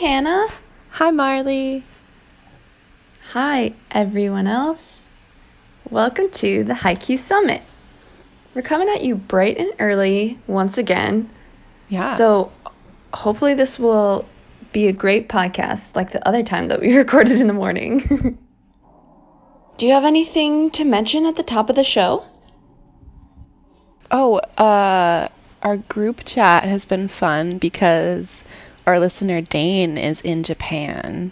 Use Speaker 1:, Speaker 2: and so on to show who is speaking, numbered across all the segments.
Speaker 1: Hannah.
Speaker 2: Hi, Marley.
Speaker 1: Hi, everyone else. Welcome to the Haiku Summit. We're coming at you bright and early once again.
Speaker 2: Yeah.
Speaker 1: So, hopefully, this will be a great podcast like the other time that we recorded in the morning. Do you have anything to mention at the top of the show?
Speaker 2: oh, uh, our group chat has been fun because our listener Dane is in Japan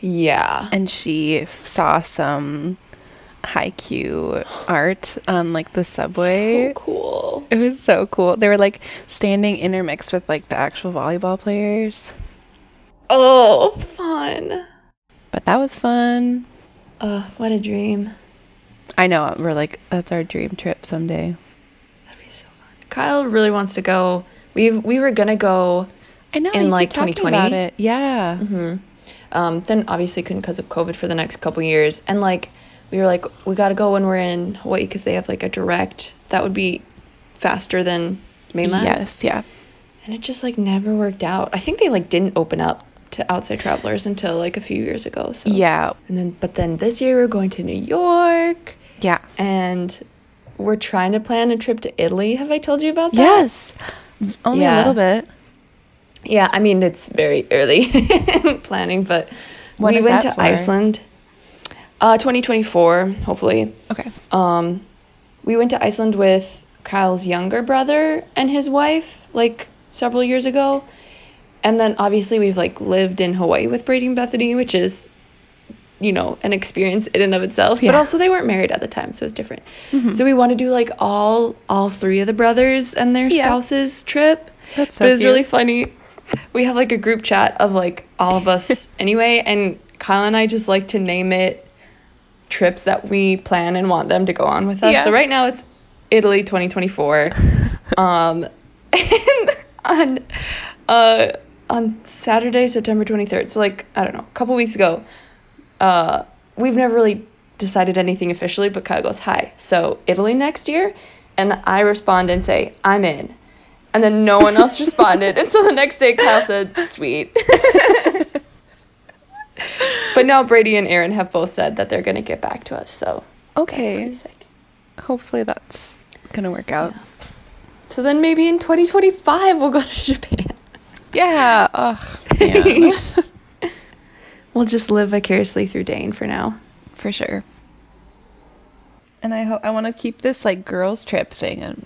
Speaker 1: Yeah.
Speaker 2: and she f- saw some haiku art on like the subway.
Speaker 1: So cool.
Speaker 2: It was so cool. They were like standing intermixed with like the actual volleyball players.
Speaker 1: Oh, fun.
Speaker 2: But that was fun.
Speaker 1: Oh, what a dream.
Speaker 2: I know we're like that's our dream trip someday.
Speaker 1: That'd be so fun. Kyle really wants to go. We we were gonna go.
Speaker 2: I know.
Speaker 1: In,
Speaker 2: you keep
Speaker 1: like,
Speaker 2: talking
Speaker 1: 2020?
Speaker 2: about it. Mm-hmm. Yeah.
Speaker 1: hmm Um, then obviously couldn't because of COVID for the next couple years. And like we were like we gotta go when we're in Hawaii because they have like a direct that would be faster than mainland.
Speaker 2: Yes. Yeah.
Speaker 1: And it just like never worked out. I think they like didn't open up to outside travelers until like a few years ago. So
Speaker 2: Yeah.
Speaker 1: And then but then this year we're going to New York
Speaker 2: Yeah.
Speaker 1: and we're trying to plan a trip to Italy. Have I told you about that?
Speaker 2: Yes. Only
Speaker 1: Yeah.
Speaker 2: a little bit.
Speaker 1: Yeah, I mean it's very early planning, but
Speaker 2: When
Speaker 1: we
Speaker 2: is
Speaker 1: went
Speaker 2: that
Speaker 1: to
Speaker 2: for?
Speaker 1: Iceland. Uh, 2024, hopefully.
Speaker 2: Okay.
Speaker 1: Um, we went to Iceland with Kyle's younger brother and his wife, like several years ago, and then obviously we've like lived in Hawaii with Brady and Bethany, which is, you know, an experience in and of itself. But
Speaker 2: Yeah.
Speaker 1: also they weren't married at the time, so it's different.
Speaker 2: Mhm.
Speaker 1: So we want to do like all all three of the brothers and their
Speaker 2: Yeah.
Speaker 1: spouses trip
Speaker 2: That's
Speaker 1: but it's really funny. We have like a group chat of like all of us anyway, and Kyle and I just like to name it trips that we plan and want them to go on with us.
Speaker 2: Yeah.
Speaker 1: So right now it's Italy 2024. um, and on uh, on Saturday, September 23rd. So like I don't know, a couple weeks ago, uh, we've never really decided anything officially, but Kyle goes, Hi, so Italy next year? And I respond and say, I'm in. And then no one else responded. And so the next day, Kyle said, Sweet. but now Brady and Aaron have both said that they're going to get back to us. So that's
Speaker 2: okay.
Speaker 1: pretty sick.
Speaker 2: Hopefully that's gonna work out.
Speaker 1: So then maybe in 2025, we'll go to Japan.
Speaker 2: Yeah. Ugh. man.
Speaker 1: We'll just live vicariously through Dane for now.
Speaker 2: For sure. And I hope I want to keep this like girls trip thing an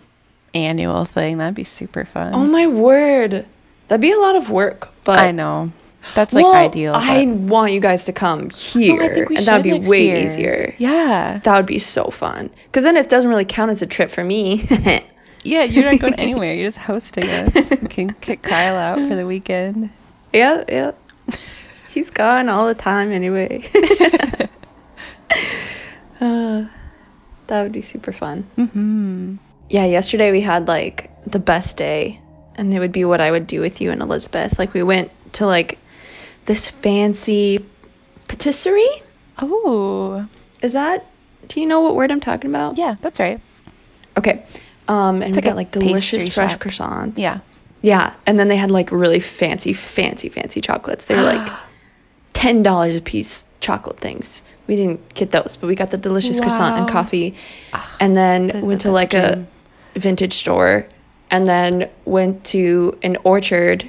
Speaker 2: annual thing. That'd be super fun.
Speaker 1: Oh my word. That'd be a lot of work, but
Speaker 2: I know. That's like
Speaker 1: well,
Speaker 2: ideal. but-
Speaker 1: I want you guys to come
Speaker 2: Oh,
Speaker 1: here,
Speaker 2: I think we
Speaker 1: and that'd
Speaker 2: should
Speaker 1: be
Speaker 2: next
Speaker 1: way
Speaker 2: year.
Speaker 1: easier.
Speaker 2: Yeah.
Speaker 1: That would be so fun. Cause then it doesn't really count as a trip for me.
Speaker 2: Yeah, you're not going anywhere. You're just hosting us. You can kick Kyle out for the weekend.
Speaker 1: yeah, yeah. He's gone all the time anyway. Uh, that would be super fun. Mm-hmm.
Speaker 2: hmm
Speaker 1: Yeah, yesterday we had like the best day, and it would be what I would do with you and Elizabeth. Like we went to like this fancy patisserie.
Speaker 2: Oh,
Speaker 1: Is that? Do you know what word I'm talking about?
Speaker 2: yeah, that's right.
Speaker 1: Okay. Um, and we
Speaker 2: It's like
Speaker 1: got
Speaker 2: a
Speaker 1: like delicious
Speaker 2: pastry
Speaker 1: fresh
Speaker 2: shop.
Speaker 1: croissants.
Speaker 2: Yeah.
Speaker 1: Yeah. And then they had like really fancy, fancy, fancy chocolates. They were like ten dollars a piece chocolate things. We didn't get those, but we got the delicious croissant and
Speaker 2: Wow. Ah,
Speaker 1: coffee. And then
Speaker 2: Th-
Speaker 1: went to
Speaker 2: that's
Speaker 1: like
Speaker 2: a
Speaker 1: a
Speaker 2: dream.
Speaker 1: vintage store and then went to an orchard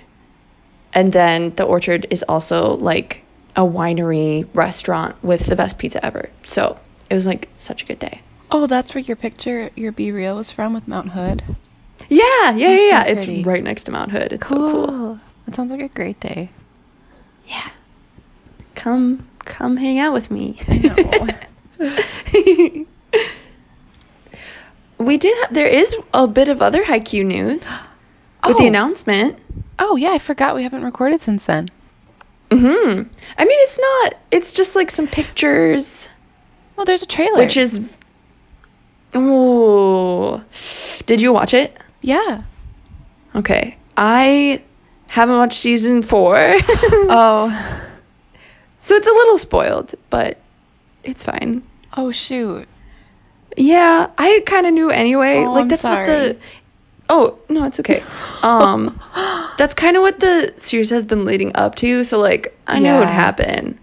Speaker 1: and then the orchard is also like a winery restaurant with the best pizza ever. So it was like such a good day.
Speaker 2: Oh, that's where your picture, your B reel was from with Mount Hood.
Speaker 1: Yeah, yeah, yeah,
Speaker 2: That's so
Speaker 1: yeah.
Speaker 2: pretty.
Speaker 1: It's right next to Mount Hood. It's so cool.
Speaker 2: That sounds like a great day.
Speaker 1: Yeah. Come come hang out with me.
Speaker 2: I
Speaker 1: we did ha- there is a bit of other haiku news with
Speaker 2: Oh.
Speaker 1: the announcement.
Speaker 2: Oh yeah, I forgot we haven't recorded since then.
Speaker 1: Mhm. I mean it's not it's just like some pictures
Speaker 2: Well, there's a trailer.
Speaker 1: which is Oh. Did you watch it?
Speaker 2: yeah.
Speaker 1: Okay. I haven't watched season 4.
Speaker 2: Oh.
Speaker 1: So it's a little spoiled, but it's fine.
Speaker 2: Oh shoot.
Speaker 1: Yeah, I kind of knew anyway.
Speaker 2: Oh,
Speaker 1: like
Speaker 2: I'm
Speaker 1: that's what
Speaker 2: sorry.
Speaker 1: the Oh, no, it's okay. Um that's kind of what the series has been leading up to, so like I know it would
Speaker 2: Yeah.
Speaker 1: happen.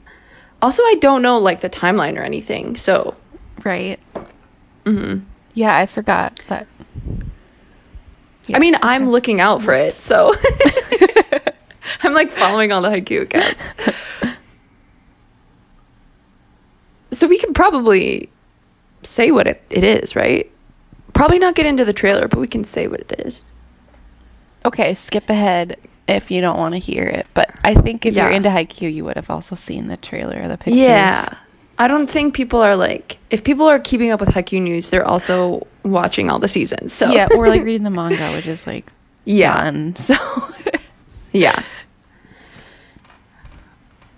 Speaker 1: Also, I don't know like the timeline or anything. So,
Speaker 2: right.
Speaker 1: mhm.
Speaker 2: Yeah, I forgot that. Yeah.
Speaker 1: I mean, I'm looking out for it, so I'm like following all the haiku accounts. So we can probably say what it, it is, right? Probably not get into the trailer, but we can say what it is.
Speaker 2: Okay, skip ahead if you don't want to hear it. But I think if you're
Speaker 1: Yeah.
Speaker 2: into Haikyuu, you would have also seen the trailer or the pictures.
Speaker 1: Yeah. I don't think people are like if people are keeping up with haiku news, they're also watching all the seasons. So
Speaker 2: Yeah, or like reading the manga, which is like
Speaker 1: yeah.
Speaker 2: done. So
Speaker 1: Yeah.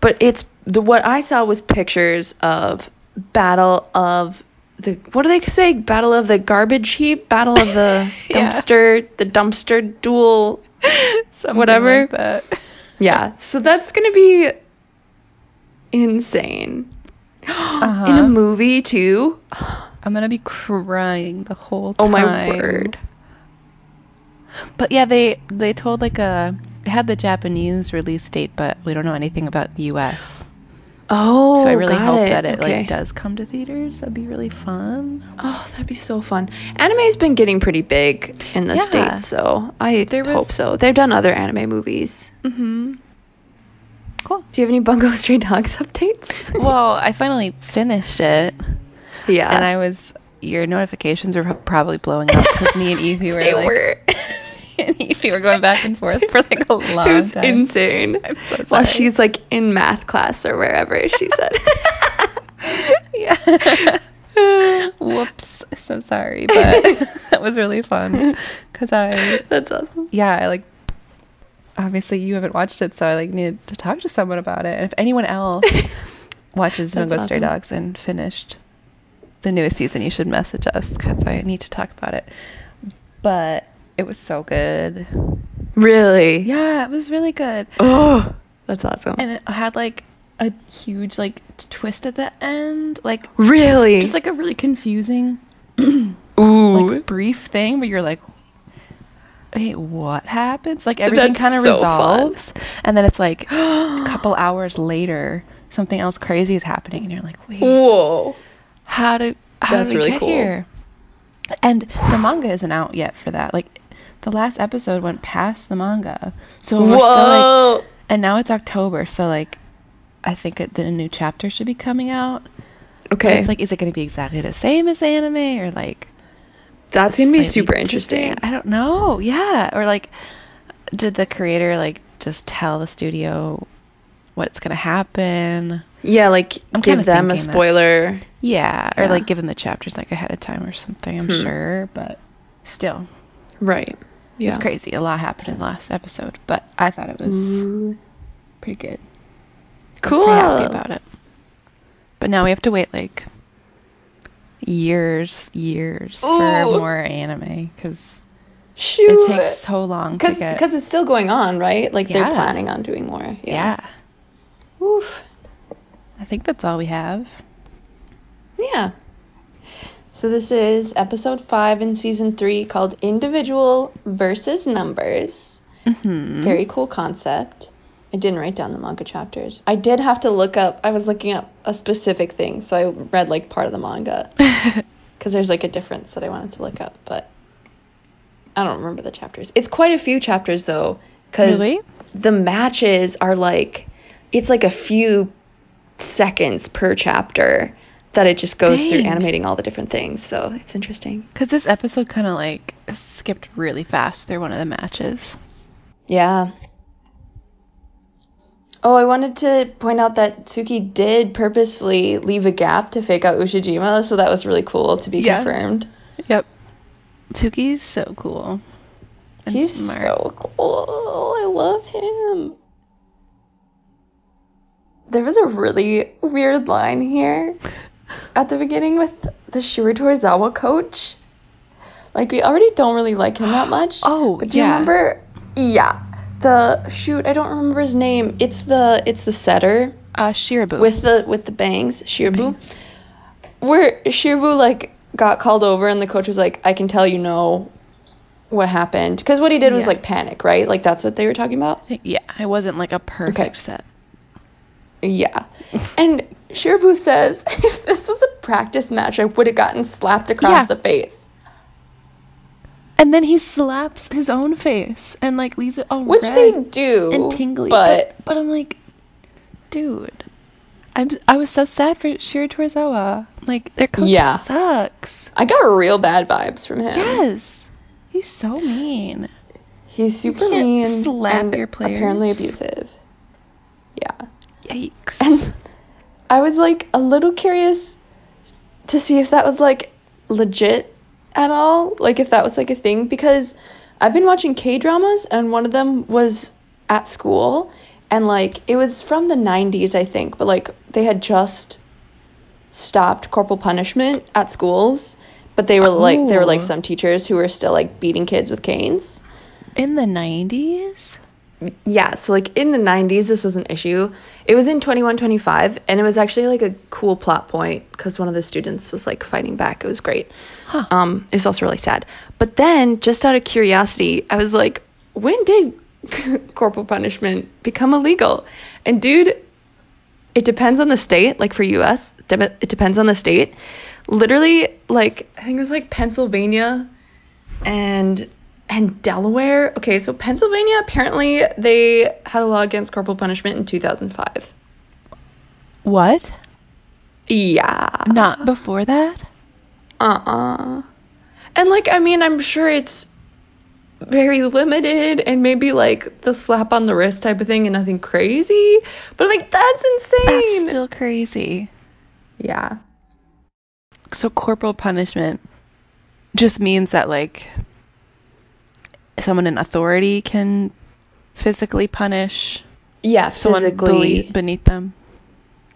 Speaker 1: But it's the what I saw was pictures of battle of the what do they say? Battle of the garbage heap, battle of the
Speaker 2: Yeah.
Speaker 1: dumpster, the dumpster duel.
Speaker 2: something
Speaker 1: Whatever.
Speaker 2: like that.
Speaker 1: Yeah. So that's going to be insane. In
Speaker 2: Uh-huh.
Speaker 1: a movie too.
Speaker 2: I'm gonna be crying the whole time.
Speaker 1: Oh my word.
Speaker 2: But yeah, they they told like a it had the Japanese release date, but we don't know anything about the U.S.
Speaker 1: Oh,
Speaker 2: so I really
Speaker 1: got
Speaker 2: hope that it
Speaker 1: Okay.
Speaker 2: like does come to theaters. That'd be really fun.
Speaker 1: Oh, that'd be so fun. Anime's been getting pretty big in the
Speaker 2: Yeah.
Speaker 1: states, so I
Speaker 2: There was-
Speaker 1: hope so. They've done other anime movies.
Speaker 2: Mm-hmm. Cool.
Speaker 1: Do you have any Bungo Stray Dogs updates?
Speaker 2: well, I finally finished it,
Speaker 1: yeah.
Speaker 2: and I was your notifications were probably blowing up because me and Evie were
Speaker 1: They
Speaker 2: like
Speaker 1: were.
Speaker 2: and Evie were going back and forth for like a long
Speaker 1: it was
Speaker 2: time.
Speaker 1: insane.
Speaker 2: I'm so
Speaker 1: While
Speaker 2: sorry.
Speaker 1: she's like in math class or wherever, she said.
Speaker 2: yeah. Whoops. So sorry, but that was really fun because I
Speaker 1: That's awesome.
Speaker 2: yeah, I like obviously you haven't watched it, so I like needed to talk to someone about it. And if anyone else watches
Speaker 1: That's
Speaker 2: Mungo Stray
Speaker 1: awesome.
Speaker 2: Dogs and finished the newest season, you should message us because I need to talk about it. But it was so good.
Speaker 1: Really?
Speaker 2: Yeah, it was really good.
Speaker 1: Oh, that's awesome.
Speaker 2: And it had like a huge like twist at the end, like
Speaker 1: really?
Speaker 2: just like a really confusing
Speaker 1: ooh.
Speaker 2: like brief thing where you're like wait what happens like everything
Speaker 1: That's
Speaker 2: kind of
Speaker 1: so fun.
Speaker 2: resolves and then it's like a couple hours later something else crazy is happening and you're like wait
Speaker 1: Whoa.
Speaker 2: how did how
Speaker 1: Mm. That's
Speaker 2: did we
Speaker 1: really
Speaker 2: get
Speaker 1: cool.
Speaker 2: here and the manga isn't out yet for that like the last episode went past the manga so we're still like
Speaker 1: Whoa.
Speaker 2: and now it's october so like i think it, the new chapter should be coming out And
Speaker 1: okay.
Speaker 2: it's like is it going to be exactly the same as the anime or like
Speaker 1: that's going to be
Speaker 2: slightly
Speaker 1: super
Speaker 2: different.
Speaker 1: interesting.
Speaker 2: I don't know. Yeah. Or like, did the creator like just tell the studio what's gonna happen?
Speaker 1: Yeah, like
Speaker 2: I'm
Speaker 1: give
Speaker 2: kinda
Speaker 1: them a
Speaker 2: thinking that's-
Speaker 1: spoiler.
Speaker 2: Yeah. Or
Speaker 1: Yeah.
Speaker 2: like give them the chapters like ahead of time or something. I'm
Speaker 1: Hmm.
Speaker 2: sure, but still,
Speaker 1: Right.
Speaker 2: it was crazy. A lot happened in the last episode, but I thought it was
Speaker 1: Ooh.
Speaker 2: pretty good. I was
Speaker 1: Mm. Cool.
Speaker 2: pretty happy about it. But now we have to wait like years, years for
Speaker 1: Ooh.
Speaker 2: more anime because
Speaker 1: Shoot.
Speaker 2: it takes so long to
Speaker 1: Cause,
Speaker 2: get.
Speaker 1: 'cause it's still going on, right? Like
Speaker 2: Yeah.
Speaker 1: they're planning on doing more. Yeah.
Speaker 2: yeah.
Speaker 1: Yeah. Oof.
Speaker 2: I think that's all we have.
Speaker 1: Yeah. So this is episode five in season three called Individual versus Numbers.
Speaker 2: Mm-hmm.
Speaker 1: Very cool concept. I didn't write down the manga chapters. I did have to look up. I was looking up a specific thing, so I read like part of the manga. because there's like a difference that I wanted to look up, but I don't remember the chapters. It's quite a few chapters though, because
Speaker 2: Really?
Speaker 1: the matches are like it's like a few seconds per chapter that it just goes through
Speaker 2: Dang.
Speaker 1: animating all the different things. So it's interesting.
Speaker 2: Because this episode kind of like skipped really fast through one of the matches.
Speaker 1: Yeah. Oh, I wanted to point out that Tsuki did purposefully leave a gap to fake out Ushijima, so that was really cool to be
Speaker 2: Yeah.
Speaker 1: confirmed.
Speaker 2: Yep. Tsuki's so cool. And
Speaker 1: He's
Speaker 2: smart.
Speaker 1: so cool. I love him. There was a really weird line here at the beginning with the Shuri Torizawa coach. Like we already don't really like him that much.
Speaker 2: Oh,
Speaker 1: but do you
Speaker 2: yeah.
Speaker 1: remember? Yeah, the shoot. I don't remember his name. It's the it's the setter
Speaker 2: Uh, Shirabu.
Speaker 1: with the with the bangs, Shirabu.
Speaker 2: Bangs.
Speaker 1: Where Shirabu like got called over and the coach was like, "I can tell you know what happened because what he did was
Speaker 2: Yeah.
Speaker 1: like panic, right? Like that's what they were talking about.
Speaker 2: Yeah, it wasn't like a perfect set.
Speaker 1: Yeah. And Shirabu says, if this was a practice match, I would have gotten slapped across
Speaker 2: Yeah.
Speaker 1: the face.
Speaker 2: And then he slaps his own face and like leaves it all
Speaker 1: Which
Speaker 2: red
Speaker 1: they do.
Speaker 2: and tingly.
Speaker 1: But,
Speaker 2: but I'm like, dude, I'm I was so sad for Shira Torizawa. Like their coach
Speaker 1: Yeah.
Speaker 2: sucks.
Speaker 1: I got real bad vibes from him.
Speaker 2: Yes, he's so mean.
Speaker 1: He's super
Speaker 2: can't
Speaker 1: mean.
Speaker 2: slap
Speaker 1: and
Speaker 2: your
Speaker 1: Apparently
Speaker 2: players.
Speaker 1: abusive. Yeah.
Speaker 2: Yikes.
Speaker 1: And I was like a little curious to see if that was like legit at all, like if that was like a thing because I've been watching K dramas and one of them was at school and like it was from the 90s I think, but like they had just stopped corporal punishment at schools, but they were like there were like
Speaker 2: Oh.
Speaker 1: some teachers who were still like beating kids with canes.
Speaker 2: in the 90s.
Speaker 1: Yeah, so like in the 90s, this was an issue. It was in 2125, and it was actually like a cool plot point because one of the students was like fighting back. It was great.
Speaker 2: Huh.
Speaker 1: Um, it was also really sad. But then, just out of curiosity, I was like, when did corporal punishment become illegal? And dude, it depends on the state. Like for U.S., de- it depends on the state. Literally, like I think it was like Pennsylvania and and Delaware. Okay, so Pennsylvania apparently they had a law against corporal punishment in 2005.
Speaker 2: What?
Speaker 1: Yeah.
Speaker 2: Not before that?
Speaker 1: Uh-uh. And like I mean, I'm sure it's very limited and maybe like the slap on the wrist type of thing and nothing crazy, but I'm like that's insane.
Speaker 2: That's still crazy.
Speaker 1: yeah.
Speaker 2: So corporal punishment just means that like someone in authority can physically punish
Speaker 1: Yeah,
Speaker 2: someone
Speaker 1: physically.
Speaker 2: belie- beneath them,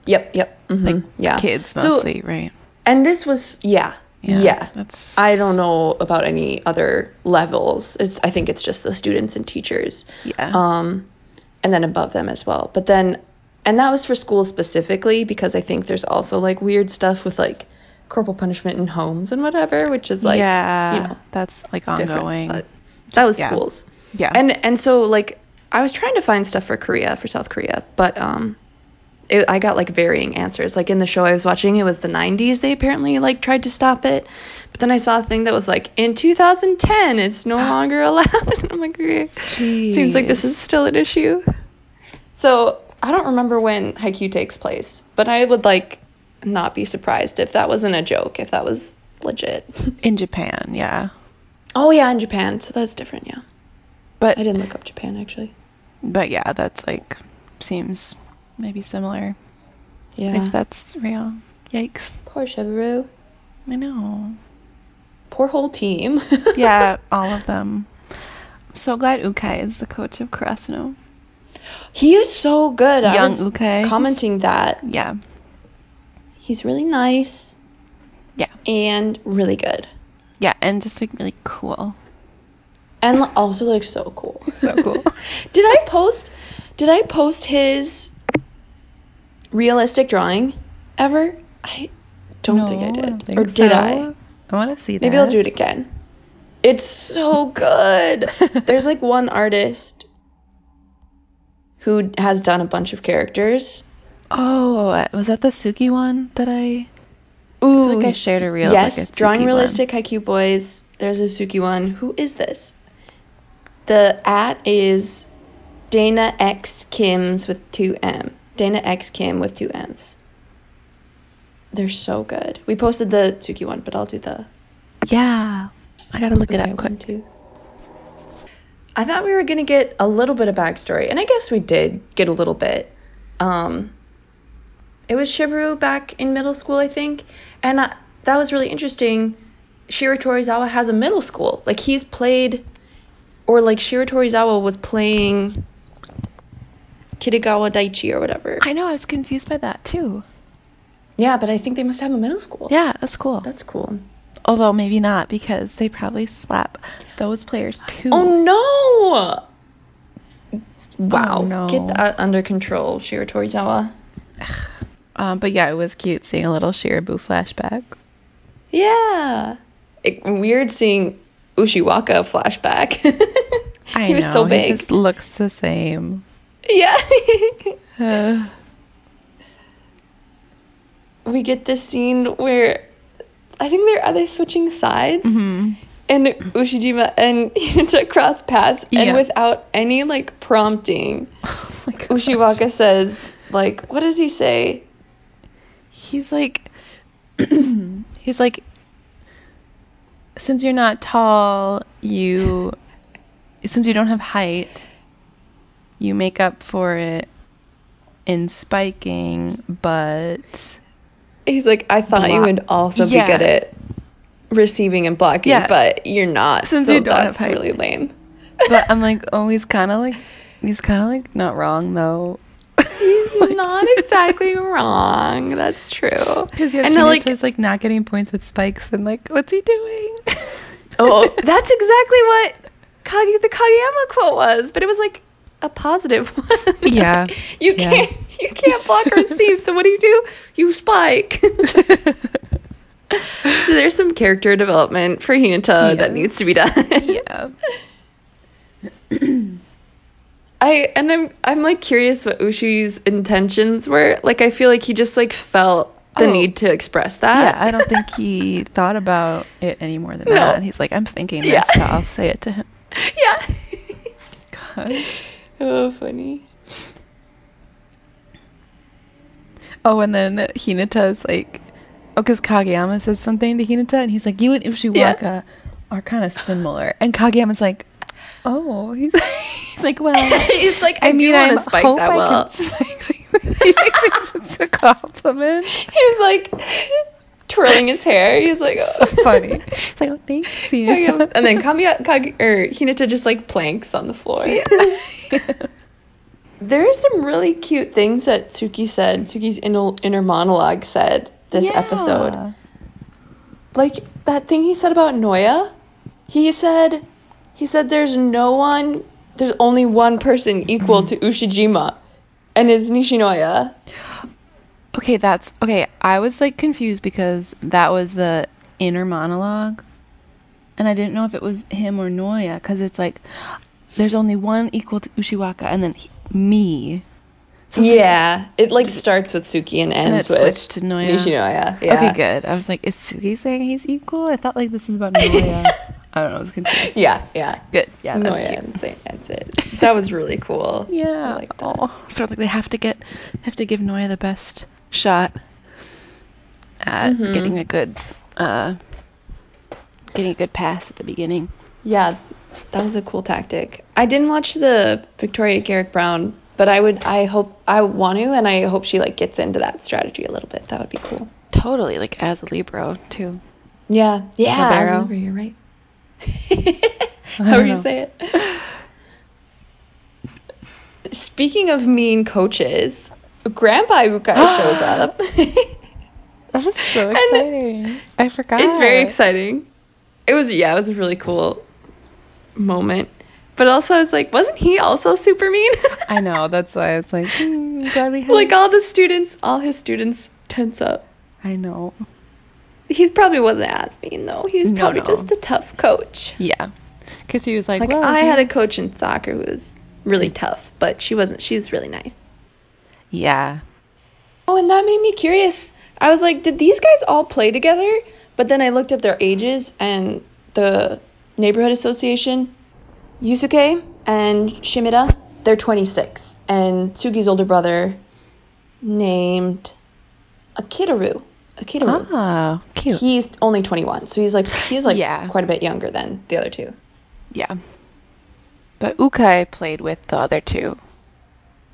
Speaker 1: Yep, yep. mhm,
Speaker 2: like
Speaker 1: yeah.
Speaker 2: kids
Speaker 1: So-
Speaker 2: mostly, right?
Speaker 1: and this was yeah, yeah.
Speaker 2: That's
Speaker 1: I don't know about any other levels. It's I think it's just the students and teachers.
Speaker 2: Yeah.
Speaker 1: Um and then above them as well. But then and that was for school specifically because I think there's also like weird stuff with like corporal punishment in homes and whatever, which is like
Speaker 2: yeah,
Speaker 1: you know,
Speaker 2: that's like
Speaker 1: different.
Speaker 2: ongoing.
Speaker 1: But that was
Speaker 2: Yeah.
Speaker 1: schools.
Speaker 2: yeah.
Speaker 1: And and so like I was trying to find stuff for Korea for South Korea, but um it, I got like varying answers. Like in the show I was watching, it was the 90s they apparently like tried to stop it. But then I saw a thing that was like in 2010 it's no longer allowed. and I'm like, okay. Seems like this is still an issue. So, I don't remember when Haikyuu takes place, but I would like not be surprised if that wasn't a joke, if that was legit.
Speaker 2: in Japan, yeah.
Speaker 1: oh yeah, in Japan, so that's different, yeah.
Speaker 2: But
Speaker 1: I didn't look up Japan actually.
Speaker 2: but yeah, that's like seems maybe similar
Speaker 1: Yeah.
Speaker 2: if that's real. Yikes.
Speaker 1: Poor Shibaru.
Speaker 2: I know.
Speaker 1: Poor whole team.
Speaker 2: Yeah, all of them. I'm so glad Ukai is the coach of Krasno.
Speaker 1: he is so good. I
Speaker 2: Young
Speaker 1: was
Speaker 2: Uke.
Speaker 1: commenting that
Speaker 2: Yeah.
Speaker 1: he's really nice
Speaker 2: Yeah.
Speaker 1: and really good,
Speaker 2: Yeah, and just like really cool.
Speaker 1: and l- also like so cool.
Speaker 2: So cool.
Speaker 1: did I post? Did I post his realistic drawing ever? I don't think I
Speaker 2: No,
Speaker 1: did.
Speaker 2: don't think
Speaker 1: or did
Speaker 2: so.
Speaker 1: I?
Speaker 2: I want to see that.
Speaker 1: Maybe I'll do it again. It's so good. There's like one artist who has done a bunch of characters.
Speaker 2: Oh, was that the Suki one that I
Speaker 1: Ooh,
Speaker 2: like I shared a reel of,
Speaker 1: Yes,
Speaker 2: like, a Tsuki
Speaker 1: drawing
Speaker 2: one.
Speaker 1: realistic Haikyuu boys. There's a Suki one. Who is this? The at is Dana X Kim's with two M. Dana X Kim with two M's. They're so good. We posted the Tsuki one, but I'll do the
Speaker 2: Yeah. I got to look it
Speaker 1: Okay,
Speaker 2: up
Speaker 1: one,
Speaker 2: quick.
Speaker 1: two. I thought we were gonna get a little bit of backstory, and I guess we did get a little bit. Um, it was Shibaru back in middle school, I think, and I, that was really interesting. Shiro Torizawa has a middle school, like he's played, or like Shiro Torizawa was playing Kitagawa Daichi or whatever.
Speaker 2: I know I was confused by that too.
Speaker 1: Yeah, but I think they must have a middle school.
Speaker 2: Yeah, that's cool.
Speaker 1: that's cool.
Speaker 2: Although maybe not because they probably slap those players too.
Speaker 1: Oh no! Wow.
Speaker 2: Oh, no.
Speaker 1: Get that under control, Shiro Torizawa.
Speaker 2: Um, but yeah, it was cute seeing a little Shirabu flashback.
Speaker 1: Yeah. It, weird seeing Ushiwaka flashback.
Speaker 2: I
Speaker 1: he was
Speaker 2: know.
Speaker 1: so big.
Speaker 2: He just looks the same.
Speaker 1: Yeah. Mm-hmm.
Speaker 2: Uh,
Speaker 1: we get this scene where I think they're are they switching sides
Speaker 2: mhm.
Speaker 1: and Ushijima and Hinata cross paths and
Speaker 2: Yeah.
Speaker 1: without any like prompting,
Speaker 2: Oh my gosh.
Speaker 1: Ushiwaka says like what does he say?
Speaker 2: He's like, he's like, since you're not tall, you, since you don't have height, you make up for it in spiking, but
Speaker 1: He's like I thought you
Speaker 2: Block.
Speaker 1: would also
Speaker 2: Yeah.
Speaker 1: be good at receiving and blocking,
Speaker 2: Yeah.
Speaker 1: but you're not.
Speaker 2: Since
Speaker 1: so
Speaker 2: you don't have
Speaker 1: that's
Speaker 2: height.
Speaker 1: really lame.
Speaker 2: but I'm like, oh, he's kind of like, he's kind of like not wrong though.
Speaker 1: He's not exactly wrong. That's true.
Speaker 2: Because yeah,
Speaker 1: And they're like,
Speaker 2: Hinata's like not getting points with spikes, and like, what's he doing?
Speaker 1: oh, that's exactly what Kage, the Kageyama quote was, but it was like a positive one.
Speaker 2: Yeah,
Speaker 1: you
Speaker 2: yeah.
Speaker 1: can't you can't block or receive. So what do you do? You spike. so there's some character development for Hinata that
Speaker 2: Yes.
Speaker 1: needs to be done.
Speaker 2: yeah.
Speaker 1: I and I'm I'm like curious what Ushi's intentions were. Like I feel like he just like felt the
Speaker 2: Oh.
Speaker 1: need to express that.
Speaker 2: Yeah, I don't think he thought about it any more than
Speaker 1: No.
Speaker 2: that. He's like, I'm thinking this,
Speaker 1: Yeah.
Speaker 2: so I'll say it to him.
Speaker 1: yeah.
Speaker 2: Gosh.
Speaker 1: oh, funny.
Speaker 2: Oh, and then Hinata is like, oh, because Kageyama says something to Hinata, and he's like, you and Ushiwaka are kind of similar. And Kageyama's like, oh, he's, he's like, well,
Speaker 1: He's like, I,
Speaker 2: I mean,
Speaker 1: do want
Speaker 2: I
Speaker 1: to spike
Speaker 2: hope
Speaker 1: that
Speaker 2: I
Speaker 1: well.
Speaker 2: can spike like that. He thinks it's a compliment.
Speaker 1: He's like twirling his hair. He's like,
Speaker 2: So funny. It's like, oh, thank you.
Speaker 1: and then Kamiya Kag or Hinata just like planks on the floor. There are some really cute things that Tsuki said. Tsuki's inner, inner monologue said this
Speaker 2: Yeah.
Speaker 1: episode. Like that thing he said about Noya. He said, he said there's no one, there's only one person equal
Speaker 2: Mm-hmm.
Speaker 1: to Ushijima, and is Nishinoya.
Speaker 2: Okay, that's okay. I was like confused because that was the inner monologue, and I didn't know if it was him or Noya because it's like there's only one equal to Ushiwaka, and then he- me. So it's like-
Speaker 1: Yeah, it like starts with Tsuki and
Speaker 2: and
Speaker 1: ends
Speaker 2: it
Speaker 1: with
Speaker 2: switched to Noya.
Speaker 1: Nishinoya. Yeah.
Speaker 2: Okay, good. I was like, is Sugi saying he's equal? I thought like this was about Noya. I don't know. I was confused.
Speaker 1: Yeah, yeah.
Speaker 2: Good. Yeah, that's
Speaker 1: Noya
Speaker 2: cute.
Speaker 1: and Saint that's it. That was really cool.
Speaker 2: Yeah.
Speaker 1: I like that.
Speaker 2: oh, so like they have to get have to give Noya the best shot at
Speaker 1: Mhm.
Speaker 2: getting a good uh getting a good pass at the beginning.
Speaker 1: Yeah, that was a cool tactic. I didn't watch the Victoria Garrick Brown, but I would. I hope I want to, and I hope she like gets into that strategy a little bit. That would be cool.
Speaker 2: Totally, like as a Libro too.
Speaker 1: Yeah, yeah. I
Speaker 2: Libero.
Speaker 1: remember, you're right. How do
Speaker 2: don't
Speaker 1: you
Speaker 2: know.
Speaker 1: say it? Speaking of mean coaches, Grandpa Ukai shows up.
Speaker 2: That is so
Speaker 1: And-
Speaker 2: exciting. I forgot.
Speaker 1: It's very exciting. It was yeah, it was a really cool moment. But also I was like, wasn't he also super mean?
Speaker 2: I know, that's why I was like, hmm, glad we had
Speaker 1: like all the students, all his students tense up.
Speaker 2: I know.
Speaker 1: He probably wasn't as mean though. He was
Speaker 2: No,
Speaker 1: probably
Speaker 2: no.
Speaker 1: just a tough coach.
Speaker 2: Yeah. Cause he was like,
Speaker 1: Like
Speaker 2: well,
Speaker 1: I
Speaker 2: he-
Speaker 1: had a coach in soccer who was really tough, but she wasn't she was really nice.
Speaker 2: Yeah.
Speaker 1: Oh, and that made me curious. I was like, did these guys all play together? But then I looked up their ages and the neighborhood association, Yusuke and Shimida, they're 26. And Tsugi's older brother, named Akitaru. Akitaru.
Speaker 2: Oh, cute.
Speaker 1: He's only 21, so he's like he's like
Speaker 2: Yeah.
Speaker 1: quite a bit younger than the other two.
Speaker 2: yeah. But Ukai played with the other two.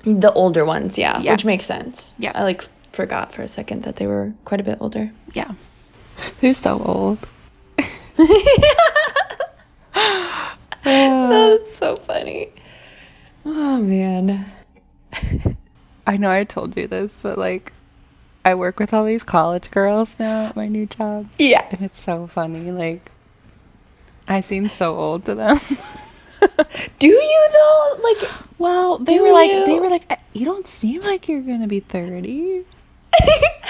Speaker 1: The older ones, yeah,
Speaker 2: Yeah.
Speaker 1: which makes sense.
Speaker 2: Yeah.
Speaker 1: I like forgot for a second that they were quite a bit older.
Speaker 2: Yeah. They're so old. Uh,
Speaker 1: That's so funny. Oh man.
Speaker 2: I know I told you this, but like, I work with all these college girls now at my new job,
Speaker 1: Yeah.
Speaker 2: and it's so funny. Like, I seem so old to them.
Speaker 1: Do you though? Like
Speaker 2: well, they
Speaker 1: Do
Speaker 2: were like, they
Speaker 1: you?
Speaker 2: were like, "Uh, you don't seem like you're gonna be 30.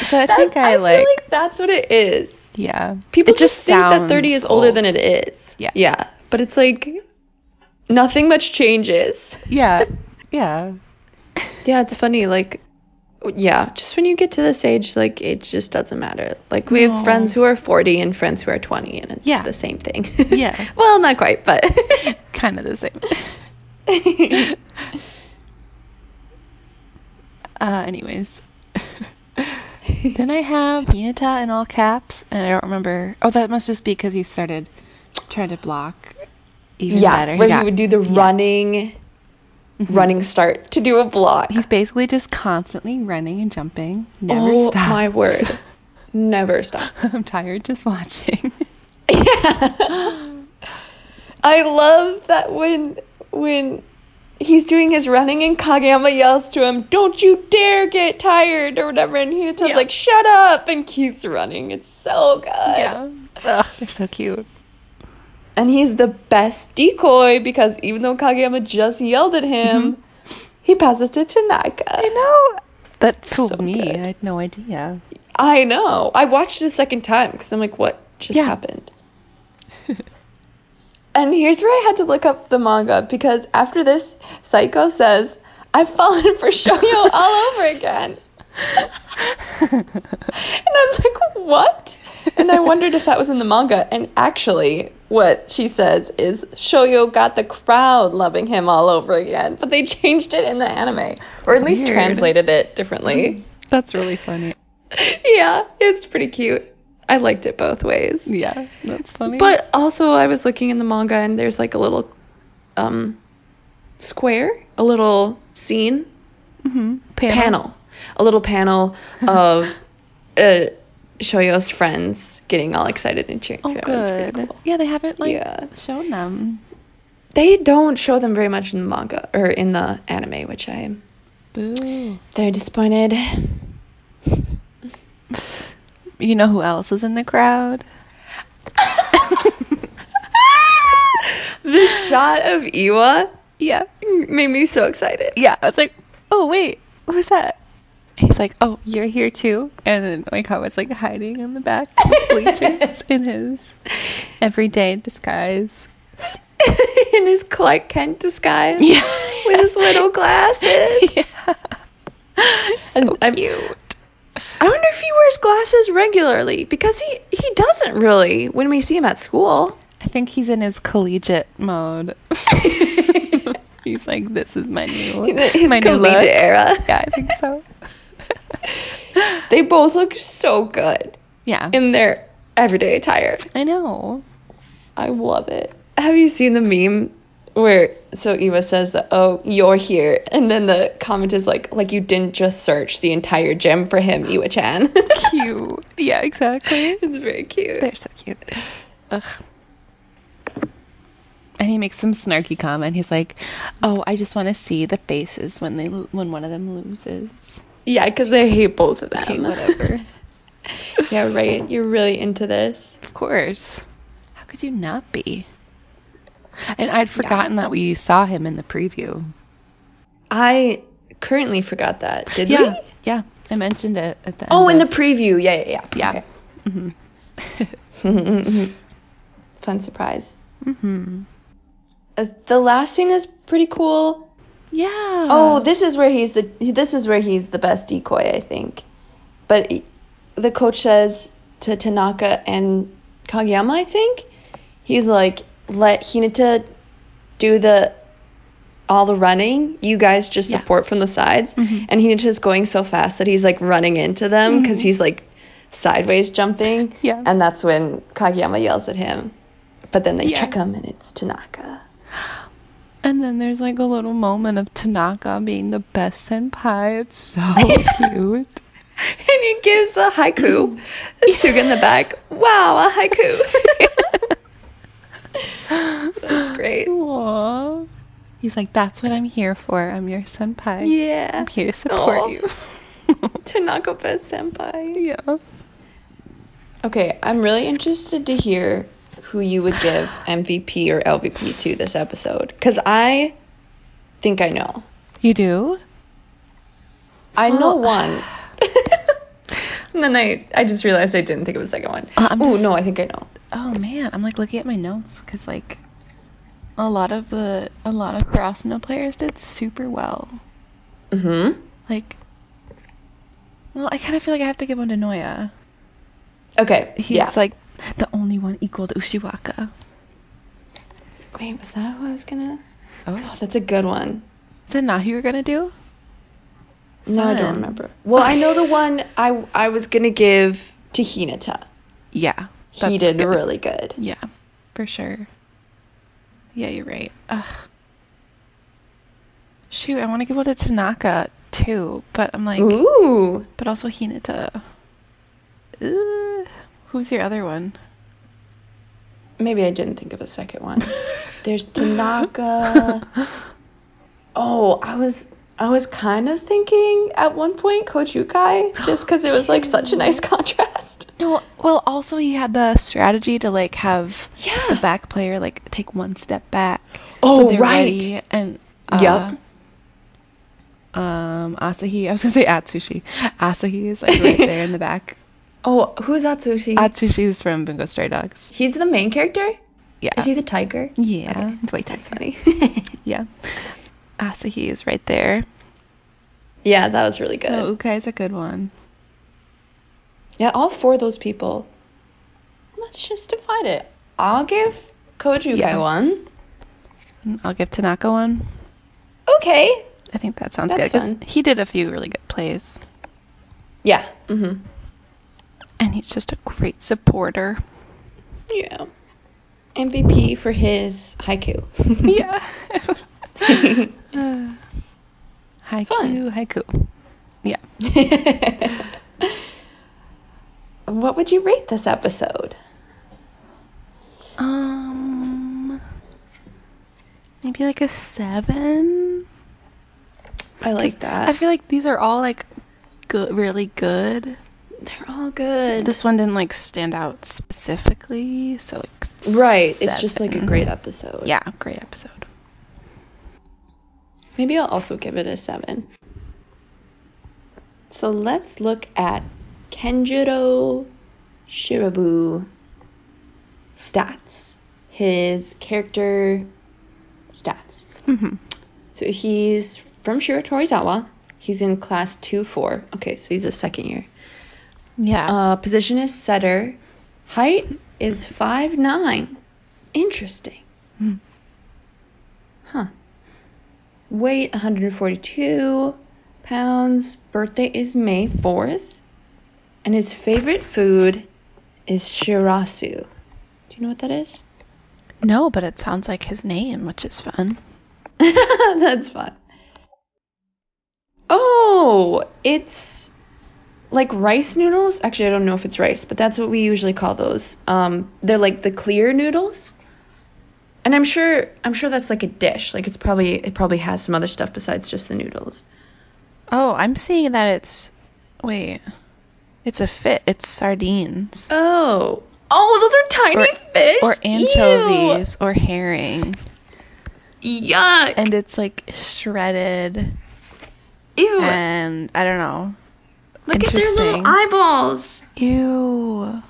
Speaker 2: So I
Speaker 1: that-
Speaker 2: think I,
Speaker 1: feel
Speaker 2: like-
Speaker 1: that's what it is.
Speaker 2: Yeah.
Speaker 1: People
Speaker 2: It
Speaker 1: just, think that 30
Speaker 2: sounds
Speaker 1: is older
Speaker 2: old.
Speaker 1: than it is.
Speaker 2: Yeah.
Speaker 1: Yeah. But it's like nothing much changes.
Speaker 2: Yeah. Yeah.
Speaker 1: Yeah, it's funny. Like, yeah, just when you get to this age, like, it just doesn't matter. Like, we
Speaker 2: No.
Speaker 1: have friends who are 40 and friends who are 20, and it's
Speaker 2: Yeah.
Speaker 1: the same thing.
Speaker 2: Yeah.
Speaker 1: well, not quite, but.
Speaker 2: kind of the same. Uh, anyways. then I have Hinata in all caps, and I don't remember. Oh, that must just be because he started trying to block even
Speaker 1: yeah,
Speaker 2: better.
Speaker 1: where
Speaker 2: got-
Speaker 1: he would do the
Speaker 2: yeah.
Speaker 1: running,
Speaker 2: Mhm.
Speaker 1: running start to do a block.
Speaker 2: He's basically just constantly running and jumping. Never
Speaker 1: oh,
Speaker 2: stops.
Speaker 1: my word. Never stops.
Speaker 2: I'm tired just watching.
Speaker 1: I love that when when he's doing his running and Kageyama yells to him, "Don't you dare get tired" or whatever, and Hinata's
Speaker 2: Yeah.
Speaker 1: like, "Shut up!" and keeps running. It's so good.
Speaker 2: Ugh, they're so cute.
Speaker 1: And he's the best decoy because even though Kageyama just yelled at him, he passes it to Naka.
Speaker 2: Mm-hmm. I know. That fooled
Speaker 1: So
Speaker 2: me.
Speaker 1: good.
Speaker 2: I had no idea.
Speaker 1: I know. I watched it a second time because I'm like, what just
Speaker 2: Yeah.
Speaker 1: happened? and here's where I had to look up the manga because after this, Psycho says, I've fallen for Shoyo all over again. And I was like, what? And I wondered if that was in the manga. And actually, what she says is Shoyo got the crowd loving him all over again. But they changed it in the anime, or at least
Speaker 2: Weird.
Speaker 1: translated it differently.
Speaker 2: That's really funny.
Speaker 1: yeah, it's pretty cute. I liked it both ways.
Speaker 2: Yeah, that's funny.
Speaker 1: But also, I was looking in the manga, and there's like a little um, square, a little scene,
Speaker 2: Mhm.
Speaker 1: panel, a little panel of uh, Shoyo's friends getting all excited and cheering
Speaker 2: Oh,
Speaker 1: for him. It was pretty
Speaker 2: good.
Speaker 1: cool.
Speaker 2: Yeah, they haven't like
Speaker 1: Yeah.
Speaker 2: shown them.
Speaker 1: They don't show them very much in the manga or in the anime, which I am
Speaker 2: Boo.
Speaker 1: very disappointed.
Speaker 2: You know who else is in the crowd?
Speaker 1: the shot of Iwa
Speaker 2: Yeah.
Speaker 1: made me so excited.
Speaker 2: Yeah. I was like, oh wait, what was that? He's like, oh, you're here too. And then Oikawa's like hiding in the back of the bleachers in his everyday disguise.
Speaker 1: in his Clark Kent disguise.
Speaker 2: Yeah.
Speaker 1: With his little glasses.
Speaker 2: yeah.
Speaker 1: And
Speaker 2: So
Speaker 1: I'm-
Speaker 2: cute.
Speaker 1: I wonder if he wears glasses regularly because he he doesn't really when we see him at school.
Speaker 2: I think he's in his collegiate mode. he's like, this is my new,
Speaker 1: His
Speaker 2: my new
Speaker 1: collegiate
Speaker 2: look.
Speaker 1: era.
Speaker 2: Yeah, I think so.
Speaker 1: they both look so good
Speaker 2: yeah.
Speaker 1: in their everyday attire.
Speaker 2: I know.
Speaker 1: I love it. Have you seen the meme where so Eva says that oh you're here and then the comment is like like you didn't just search the entire gym for him Iwa Chan.
Speaker 2: Cute. yeah, exactly.
Speaker 1: it's very cute.
Speaker 2: They're so cute. Ugh. And he makes some snarky comment. He's like, "Oh, I just want to see the faces when they when one of them loses."
Speaker 1: Yeah, because I hate both of them.
Speaker 2: Okay, whatever.
Speaker 1: yeah, right. You're really into this.
Speaker 2: Of course. How could you not be? And I'd forgotten that we saw him in the preview.
Speaker 1: I currently forgot that. Did
Speaker 2: yeah,
Speaker 1: we?
Speaker 2: yeah. I mentioned it at the
Speaker 1: Oh, in
Speaker 2: end.
Speaker 1: the
Speaker 2: of-
Speaker 1: preview. Yeah, yeah, yeah.
Speaker 2: yeah. Mhm.
Speaker 1: Okay. Fun surprise.
Speaker 2: mhm.
Speaker 1: Uh, the last scene is pretty cool.
Speaker 2: Yeah.
Speaker 1: Oh, this is where he's the this is where he's the best decoy, I think. But he- the coach says to Tanaka and Kageyama, I think, he's like, let Hinata do the all the running. You guys just
Speaker 2: Yeah.
Speaker 1: support from the sides.
Speaker 2: Mhm.
Speaker 1: And Hinata's going so fast that he's like running into them because
Speaker 2: Mhm.
Speaker 1: he's like sideways jumping.
Speaker 2: Yeah.
Speaker 1: And that's when Kageyama yells at him. But then they
Speaker 2: Yeah.
Speaker 1: trick him and it's Tanaka.
Speaker 2: And then there's like a little moment of Tanaka being the best senpai. It's so
Speaker 1: and
Speaker 2: cute.
Speaker 1: he gives a haiku. Suga in the back. Wow, a haiku. That's great.
Speaker 2: Aww. He's like, that's what I'm here for. I'm your senpai.
Speaker 1: Yeah.
Speaker 2: I'm here to support
Speaker 1: Aw.
Speaker 2: you.
Speaker 1: Tanaka best senpai.
Speaker 2: yeah.
Speaker 1: Okay, I'm really interested to hear who you would give MVP or LVP to this episode because I think I know.
Speaker 2: You do?
Speaker 1: I know
Speaker 2: Well-
Speaker 1: one. and then I, I just realized I didn't think of the second one.
Speaker 2: Uh, I'm
Speaker 1: Oh
Speaker 2: just-
Speaker 1: no, I think I know.
Speaker 2: oh man, I'm like looking at my notes because like a lot of the a lot of Brosno players did super well.
Speaker 1: Mm-hmm.
Speaker 2: Like, well, I kind of feel like I have to give one to Noya.
Speaker 1: Okay.
Speaker 2: He's
Speaker 1: yeah.
Speaker 2: like the only one equal to Ushiwaka.
Speaker 1: Wait, was that what I was gonna? Oh,
Speaker 2: Oh,
Speaker 1: that's a good one.
Speaker 2: is that not who you were gonna do?
Speaker 1: No, I don't
Speaker 2: Fun.
Speaker 1: remember. Well, I know the one I I was gonna give to Hinata.
Speaker 2: Yeah,
Speaker 1: He
Speaker 2: that's
Speaker 1: did
Speaker 2: good.
Speaker 1: really good.
Speaker 2: Yeah, for sure. Yeah, you're right. Ugh. Shoot, I want to give one to Tanaka too, but I'm like,
Speaker 1: Ooh.
Speaker 2: but also Hinata. Ugh. Who's your other one?
Speaker 1: Maybe I didn't think of a second one. There's Tanaka. Oh, I was I was kind of thinking at one point Coach Ukai, just because it was like such a nice contrast.
Speaker 2: No, well, also he had the strategy to like have
Speaker 1: Yeah.
Speaker 2: the back player like take one step back.
Speaker 1: Oh,
Speaker 2: they're
Speaker 1: right.
Speaker 2: ready and uh, Um, Asahi, I was gonna say Atsushi. Asahi is like right there in the back.
Speaker 1: Oh, who's Atsushi?
Speaker 2: Atsushi is from Bingo Stray Dogs.
Speaker 1: He's the main character.
Speaker 2: Yeah.
Speaker 1: Is he the tiger?
Speaker 2: yeah. It's white
Speaker 1: That's
Speaker 2: tiger.
Speaker 1: funny.
Speaker 2: Yeah. Asahi is right there.
Speaker 1: yeah, that was really good.
Speaker 2: So Ukai is a good one.
Speaker 1: Yeah, all four of those people. Let's just divide it. I'll give Coach Ukai
Speaker 2: Yeah.
Speaker 1: one.
Speaker 2: And I'll give Tanaka one.
Speaker 1: Okay.
Speaker 2: I think that sounds
Speaker 1: That's
Speaker 2: good because
Speaker 1: fun.
Speaker 2: he did a few really good plays,
Speaker 1: Yeah. Mhm.
Speaker 2: and he's just a great supporter.
Speaker 1: Yeah. MVP for his haiku.
Speaker 2: yeah. haiku, haiku. Yeah.
Speaker 1: what would you rate this episode?
Speaker 2: Um, maybe like a seven.
Speaker 1: I like that.
Speaker 2: I feel like these are all like good, really good.
Speaker 1: they're all good.
Speaker 2: This one didn't like stand out specifically, so like.
Speaker 1: right. It's just like a
Speaker 2: seven.
Speaker 1: great episode.
Speaker 2: Yeah, great episode.
Speaker 1: Maybe I'll also give it a seven. So let's look at Kenjiro Shirabu stats. His character stats.
Speaker 2: Mm-hmm.
Speaker 1: So he's from Shiro Torizawa. He's in class 2 4. Okay, so he's a second year.
Speaker 2: yeah.
Speaker 1: Uh, position is setter. Height is five nine. Interesting.
Speaker 2: Hmm.
Speaker 1: Huh. Weight 142 pounds. Birthday is May 4th. And his favorite food is shirasu. Do you know what that is?
Speaker 2: no, but it sounds like his name, which is fun.
Speaker 1: That's fun. Oh, it's like rice noodles. Actually, I don't know if it's rice, but that's what we usually call those. Um, they're like the clear noodles. And I'm sure I'm sure that's like a dish. Like it's probably it probably has some other stuff besides just the noodles.
Speaker 2: Oh, I'm seeing that it's. Wait. It's a fit. It's sardines.
Speaker 1: Oh. Oh, those are tiny
Speaker 2: Or-
Speaker 1: fish.
Speaker 2: Or
Speaker 1: Ew.
Speaker 2: anchovies. Or herring.
Speaker 1: Yuck.
Speaker 2: And it's like shredded.
Speaker 1: Ew.
Speaker 2: And I don't know.
Speaker 1: Look at their
Speaker 2: uh, interesting.
Speaker 1: little eyeballs.
Speaker 2: Ew.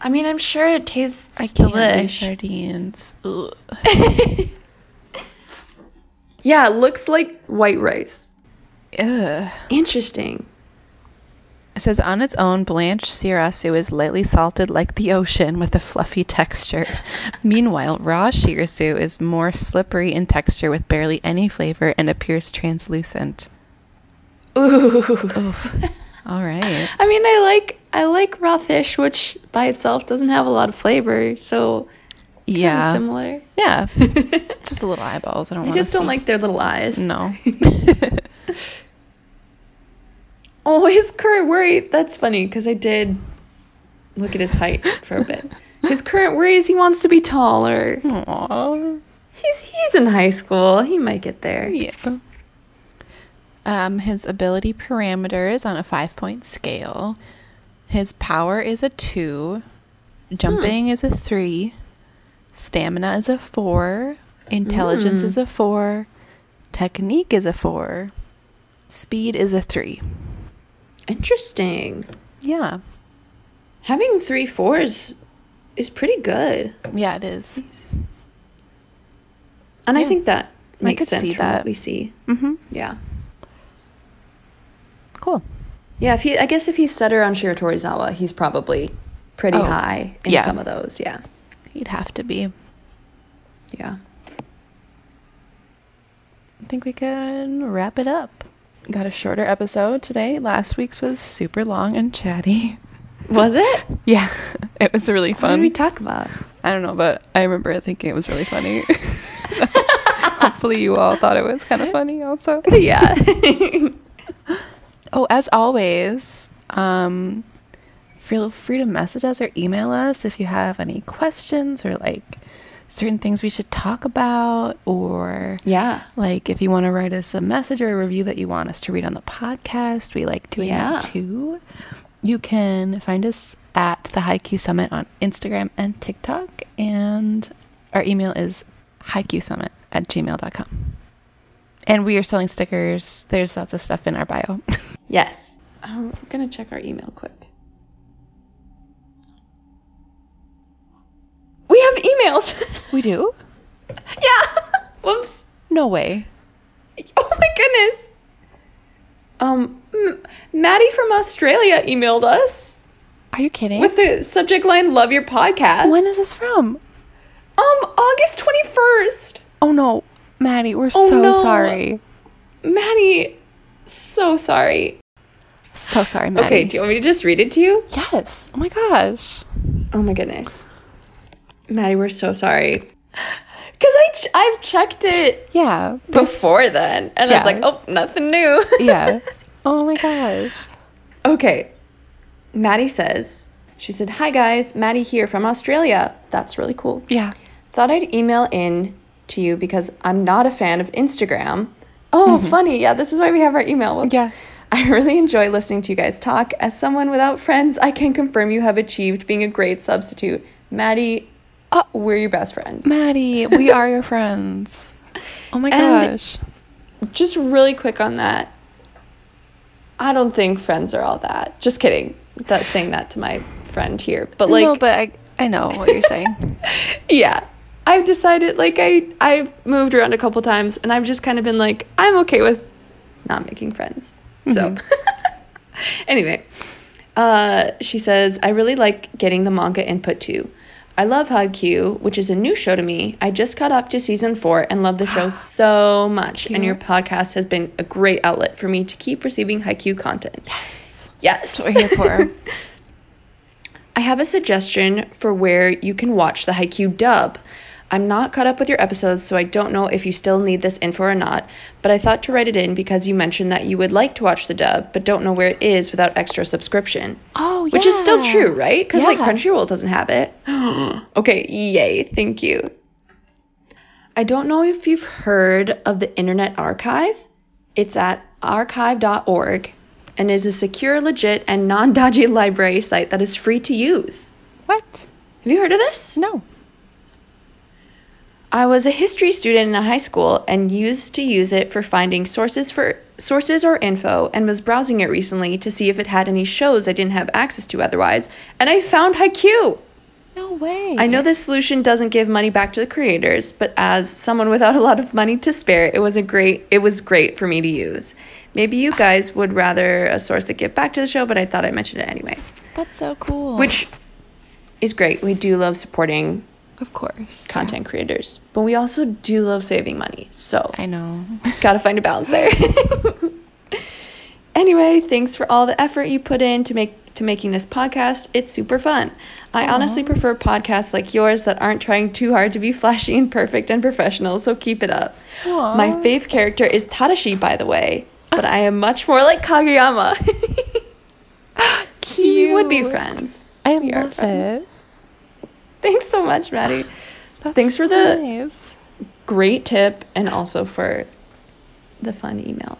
Speaker 1: I mean, I'm sure it tastes
Speaker 2: I can't do
Speaker 1: delish.
Speaker 2: sardines. Ugh.
Speaker 1: yeah, it looks like white rice.
Speaker 2: Ugh.
Speaker 1: Interesting.
Speaker 2: It says on its own, blanched sirasu is lightly salted like the ocean with a fluffy texture. Meanwhile, raw shirasu is more slippery in texture with barely any flavor and appears translucent.
Speaker 1: Ooh.
Speaker 2: Oof. All right.
Speaker 1: I mean, I like I like raw fish, which by itself doesn't have a lot of flavor, so kinda
Speaker 2: Yeah.
Speaker 1: similar.
Speaker 2: Yeah.
Speaker 1: I
Speaker 2: Just the little eyeballs. I don't want
Speaker 1: just don't like their little eyes.
Speaker 2: No.
Speaker 1: Oh, his current worry. That's funny because I did look at his height for a bit. His current worry is he wants to be taller.
Speaker 2: Aww.
Speaker 1: He's he's in high school. He might get there.
Speaker 2: Yeah. Um, his ability parameter is on a five point scale. His power is a two. Jumping is a three. Stamina is a four. Intelligence
Speaker 1: Mm.
Speaker 2: is a four. Technique is a four. Speed is a three.
Speaker 1: Interesting.
Speaker 2: Yeah.
Speaker 1: Having three fours is pretty good.
Speaker 2: Yeah, it is.
Speaker 1: And I
Speaker 2: Yeah.
Speaker 1: think that
Speaker 2: I
Speaker 1: makes
Speaker 2: could
Speaker 1: sense
Speaker 2: see
Speaker 1: from what
Speaker 2: that.
Speaker 1: we see.
Speaker 2: Mm-hmm.
Speaker 1: Yeah.
Speaker 2: Cool.
Speaker 1: Yeah, if he I guess if he set her on Shiro Torizawa, he's probably pretty
Speaker 2: Oh,
Speaker 1: high in
Speaker 2: yeah.
Speaker 1: some of those. Yeah.
Speaker 2: You'd have to be.
Speaker 1: Yeah.
Speaker 2: I think we can wrap it up. Got a shorter episode today. Last week's was super long and chatty.
Speaker 1: Was it?
Speaker 2: Yeah, it was really
Speaker 1: What did
Speaker 2: fun.
Speaker 1: we talk about?
Speaker 2: I don't know, but I remember thinking it was really funny. Hopefully, you all thought it was kind of funny, also.
Speaker 1: yeah.
Speaker 2: Oh, as always, um, feel free to message us or email us if you have any questions or like certain things we should talk about, or
Speaker 1: yeah.
Speaker 2: like if you want to write us a message or a review that you want us to read on the podcast, we like doing
Speaker 1: Yeah.
Speaker 2: that too. You can find us at the HiQ Summit on Instagram and TikTok, and our email is hiqsummit at gmail.com. And we are selling stickers. There's lots of stuff in our bio.
Speaker 1: Yes. I'm gonna check our email quick. We have emails.
Speaker 2: We do?
Speaker 1: yeah. Whoops.
Speaker 2: No way.
Speaker 1: Oh my goodness. Um, M- Maddie from Australia emailed us
Speaker 2: Are you kidding?
Speaker 1: with the subject line "Love Your Podcast."
Speaker 2: when is this from?
Speaker 1: um August twenty first?
Speaker 2: Oh no, Maddie, we're
Speaker 1: Oh,
Speaker 2: so
Speaker 1: no.
Speaker 2: sorry.
Speaker 1: Maddie, so sorry.
Speaker 2: So sorry, Maddie.
Speaker 1: Okay, do you want me to just read it to you?
Speaker 2: yes. Oh my gosh.
Speaker 1: Oh my goodness. Maddie, we're so sorry. Cause I ch- I've checked it
Speaker 2: Yeah.
Speaker 1: before then, and I was
Speaker 2: Yeah.
Speaker 1: like, oh, nothing new.
Speaker 2: yeah. Oh my gosh.
Speaker 1: Okay. Maddie says, she said, Hi guys, Maddie here from Australia. That's really cool.
Speaker 2: Yeah.
Speaker 1: Thought I'd email in to you because I'm not a fan of Instagram. Oh, funny. Yeah, this is why we have our email. Whoops.
Speaker 2: Mm-hmm. Yeah.
Speaker 1: I really enjoy listening to you guys talk. As someone without friends, I can confirm you have achieved being a great substitute. Maddie, uh, we're your best friends.
Speaker 2: Maddie, we are your friends. Oh my
Speaker 1: And-
Speaker 2: gosh.
Speaker 1: Just really quick on that. I don't think friends are all that. Just kidding. That's saying that to my friend here. But like
Speaker 2: no, but I I know what you're saying.
Speaker 1: yeah i've decided like i i've moved around a couple times and i've just kind of been like i'm okay with not making friends so
Speaker 2: Mhm. Mm-hmm.
Speaker 1: anyway uh she says i really like getting the manga input too i love haikyuu which is a new show to me i just caught up to season four and love the show so much and your
Speaker 2: Cute.
Speaker 1: podcast has been a great outlet for me to keep receiving haikyuu content yes yes
Speaker 2: That's what we're here for.
Speaker 1: I have a suggestion for where you can watch the Haikyuu dub. I'm not caught up with your episodes, so I don't know if you still need this info or not, but I thought to write it in because you mentioned that you would like to watch the dub, but don't know where it is without extra subscription.
Speaker 2: Oh yeah.
Speaker 1: Which is still true, right? Because, like,
Speaker 2: Yeah.
Speaker 1: Crunchyroll doesn't have it. okay, yay, thank you. I don't know if you've heard of the Internet Archive. It's at archive.org and is a secure, legit, and non dodgy library site that is free to use.
Speaker 2: What?
Speaker 1: Have you heard of this?
Speaker 2: No.
Speaker 1: I was a history student in high school and used to use it for finding sources for sources or info and was browsing it recently to see if it had any shows I didn't have access to otherwise and I found Haikyuu.
Speaker 2: No way.
Speaker 1: I know this solution doesn't give money back to the creators, but as someone without a lot of money to spare, it was a great it was great for me to use. Maybe you guys would rather a source that give back to the show, but I thought I'd mention it anyway.
Speaker 2: That's so cool.
Speaker 1: Which is great. We do love supporting
Speaker 2: of course.
Speaker 1: content creators, but we also do love saving money. So
Speaker 2: I know.
Speaker 1: Gotta find a balance there. anyway, thanks for all the effort you put in to make to making this podcast. It's super fun. I
Speaker 2: Aw.
Speaker 1: honestly prefer podcasts like yours that aren't trying too hard to be flashy and perfect and professional, so keep it up.
Speaker 2: Aw.
Speaker 1: My fave character is Tadashi, by the way, but I am much more like Kageyama. We would be
Speaker 2: Cute.
Speaker 1: friends.
Speaker 2: I
Speaker 1: We are
Speaker 2: love
Speaker 1: friends.
Speaker 2: it.
Speaker 1: Thanks so much, Maddie.
Speaker 2: That's
Speaker 1: Thanks for the-
Speaker 2: nice.
Speaker 1: Great tip and also for the fun email.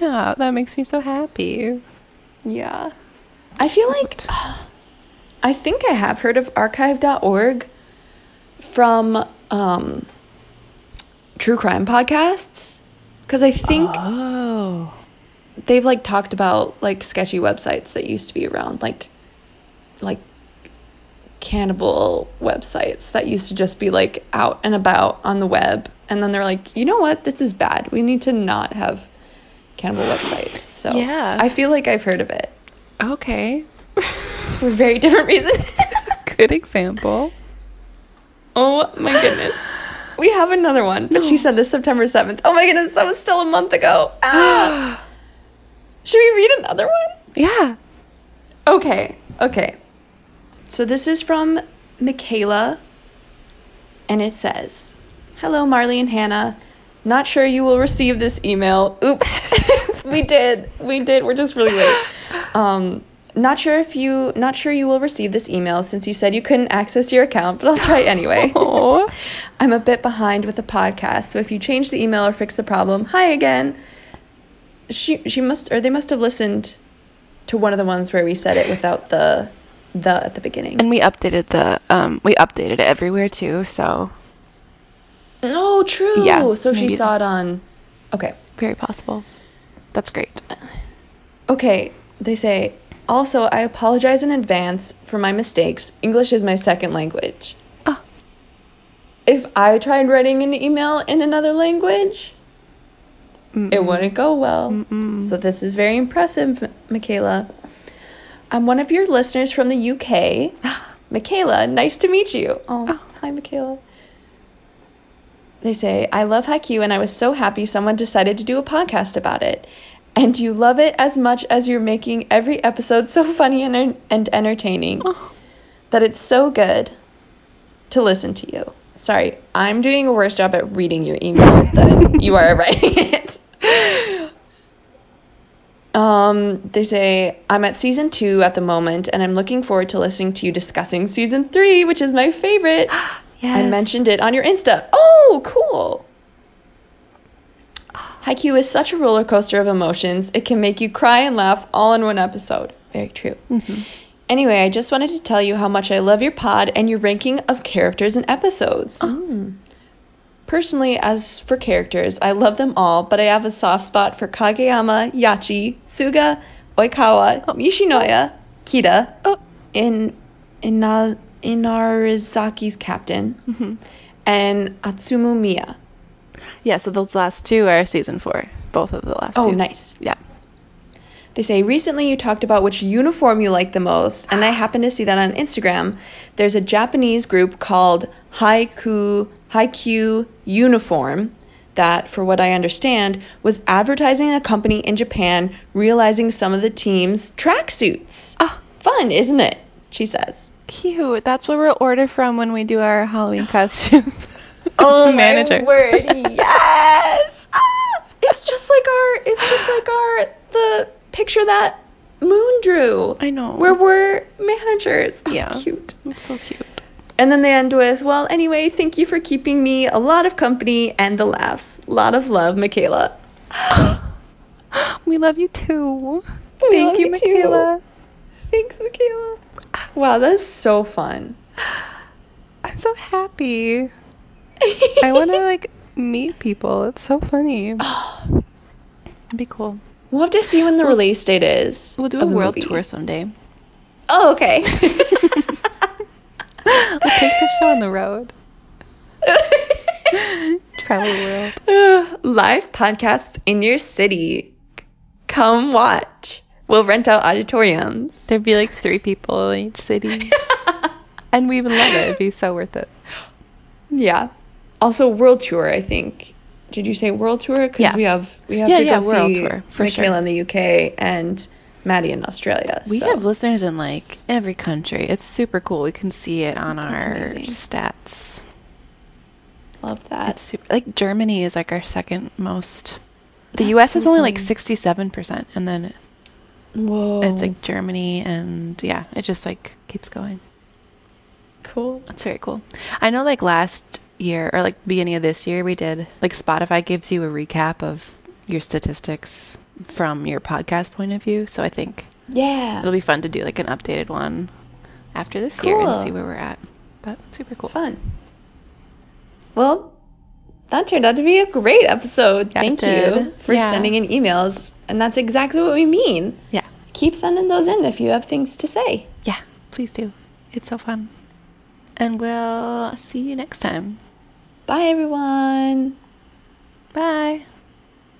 Speaker 2: Yeah, that makes me so happy.
Speaker 1: Yeah. I feel like I think I have heard of archive.org from um true crime podcasts cuz I think
Speaker 2: Oh.
Speaker 1: they've like talked about like sketchy websites that used to be around like like cannibal websites that used to just be like out and about on the web and then they're like you know what this is bad we need to not have cannibal websites so
Speaker 2: Yeah.
Speaker 1: i feel like i've heard of it
Speaker 2: Okay.
Speaker 1: for very different reasons
Speaker 2: Good example.
Speaker 1: oh my goodness we have another one but she
Speaker 2: No.
Speaker 1: said this september 7th oh my goodness that was still a month ago ah. should we read another one
Speaker 2: yeah.
Speaker 1: Okay, okay. So this is from Michaela, and it says Hello, Marley and Hannah. Not sure you will receive this email. Oops. we did. We did. We're just really late. Um, not sure if you not sure you will receive this email since you said you couldn't access your account, but I'll try anyway.
Speaker 2: Aw.
Speaker 1: I'm a bit behind with the podcast, so if you change the email or fix the problem, hi again. She she must or they must have listened to one of the ones where we said it without the the at the beginning.
Speaker 2: And we updated the um we updated it everywhere too, so
Speaker 1: No, Oh, true.
Speaker 2: Yeah,
Speaker 1: so she
Speaker 2: maybe
Speaker 1: saw it on Okay.
Speaker 2: very possible. That's great.
Speaker 1: Uh, Okay, they say, also, I apologize in advance for my mistakes. English is my second language.
Speaker 2: Oh.
Speaker 1: If I tried writing an email in another language,
Speaker 2: Mm.
Speaker 1: it wouldn't go well.
Speaker 2: Mm-mm.
Speaker 1: So this is very impressive, M- Michaela. I'm one of your listeners from the UK. Michaela, nice to meet you. Oh,
Speaker 2: Oh.
Speaker 1: hi, Michaela. They say, I love Haiku and I was so happy someone decided to do a podcast about it. And you love it as much as you're making every episode so funny and, and entertaining
Speaker 2: Oh.
Speaker 1: that it's so good to listen to you. Sorry, I'm doing a worse job at reading your email than you are at writing it. Um, they say, I'm at season two at the moment, and I'm looking forward to listening to you discussing season three, which is my favorite. I
Speaker 2: Yes.
Speaker 1: mentioned it on your Insta. Oh, cool. Haiku is such a roller coaster of emotions. It can make you cry and laugh all in one episode. Very true.
Speaker 2: Mhm.
Speaker 1: Anyway, I just wanted to tell you how much I love your pod and your ranking of characters and episodes. Personally, as for characters, I love them all, but I have a soft spot for Kageyama, Yachi, Suga, Oikawa, Mishinoya, Kida,
Speaker 2: Oh.
Speaker 1: in Ina- Inarizaki's captain,
Speaker 2: Mhm.
Speaker 1: and Atsumu Miya.
Speaker 2: Yeah, so those last two are season four. Both of the last two.
Speaker 1: Oh, nice.
Speaker 2: Yeah.
Speaker 1: They say recently you talked about which uniform you like the most, and I happened to see that on Instagram. There's a Japanese group called Haiku Haiku Uniform that, for what I understand, was advertising a company in Japan realizing some of the team's tracksuits.
Speaker 2: Ah,
Speaker 1: Fun, isn't it? She says.
Speaker 2: cute. That's what we'll order from when we do our Halloween costumes. Managers.
Speaker 1: Oh, my word! Yes. Ah, it's just like our. It's just like our the picture that Moon drew.
Speaker 2: I know.
Speaker 1: where we're managers. Oh,
Speaker 2: Yeah.
Speaker 1: Cute.
Speaker 2: It's so cute.
Speaker 1: And then they end with, well, anyway, thank you for keeping me a lot of company and the laughs. Lot of love, Michaela.
Speaker 2: We love you too.
Speaker 1: We
Speaker 2: Thank
Speaker 1: love you
Speaker 2: you,
Speaker 1: too.
Speaker 2: Michaela.
Speaker 1: Thanks, Michaela. Wow, that's so fun.
Speaker 2: I'm so happy. I want to like meet people. It's so funny. It'd be cool.
Speaker 1: We'll have to see when the release date is.
Speaker 2: We'll do
Speaker 1: of
Speaker 2: a
Speaker 1: the
Speaker 2: world
Speaker 1: movie.
Speaker 2: tour someday.
Speaker 1: Oh, okay. we'll
Speaker 2: We'll take the show on the road. Travel the world.
Speaker 1: Uh, live podcasts in your city. Come watch. We'll rent out auditoriums.
Speaker 2: There'd be like three people in each city, and we would love it. It'd be so worth it.
Speaker 1: Yeah. Also, world tour. I think. Did you say world tour? Because
Speaker 2: Yeah.
Speaker 1: we have we have
Speaker 2: Yeah,
Speaker 1: to
Speaker 2: yeah,
Speaker 1: go
Speaker 2: world
Speaker 1: see
Speaker 2: tour, for
Speaker 1: Michaela
Speaker 2: sure.
Speaker 1: in the UK and Maddie in Australia.
Speaker 2: We
Speaker 1: so.
Speaker 2: have listeners in like every country. It's super cool. We can see it on
Speaker 1: That's
Speaker 2: our
Speaker 1: amazing.
Speaker 2: stats.
Speaker 1: love that.
Speaker 2: That's super. Like Germany is like our second most. The
Speaker 1: That's
Speaker 2: U.S.
Speaker 1: so
Speaker 2: is only like
Speaker 1: funny.
Speaker 2: 67%, and then
Speaker 1: Whoa.
Speaker 2: it's like Germany, and yeah, it just like keeps going.
Speaker 1: cool.
Speaker 2: That's very cool. I know like last year or like beginning of this year we did like Spotify gives you a recap of your statistics from your podcast point of view. So I think
Speaker 1: Yeah.
Speaker 2: it'll be fun to do like an updated one after this year and
Speaker 1: Cool.
Speaker 2: see where we're at. But super cool.
Speaker 1: fun. Well, that turned out to be a great episode.
Speaker 2: Yeah, it
Speaker 1: Thank you
Speaker 2: did.
Speaker 1: for
Speaker 2: Yeah.
Speaker 1: sending in emails, and that's exactly what we mean.
Speaker 2: Yeah.
Speaker 1: Keep sending those in if you have things to say.
Speaker 2: Yeah. Please do. It's so fun. And we'll see you next time.
Speaker 1: Bye, everyone.
Speaker 2: Bye.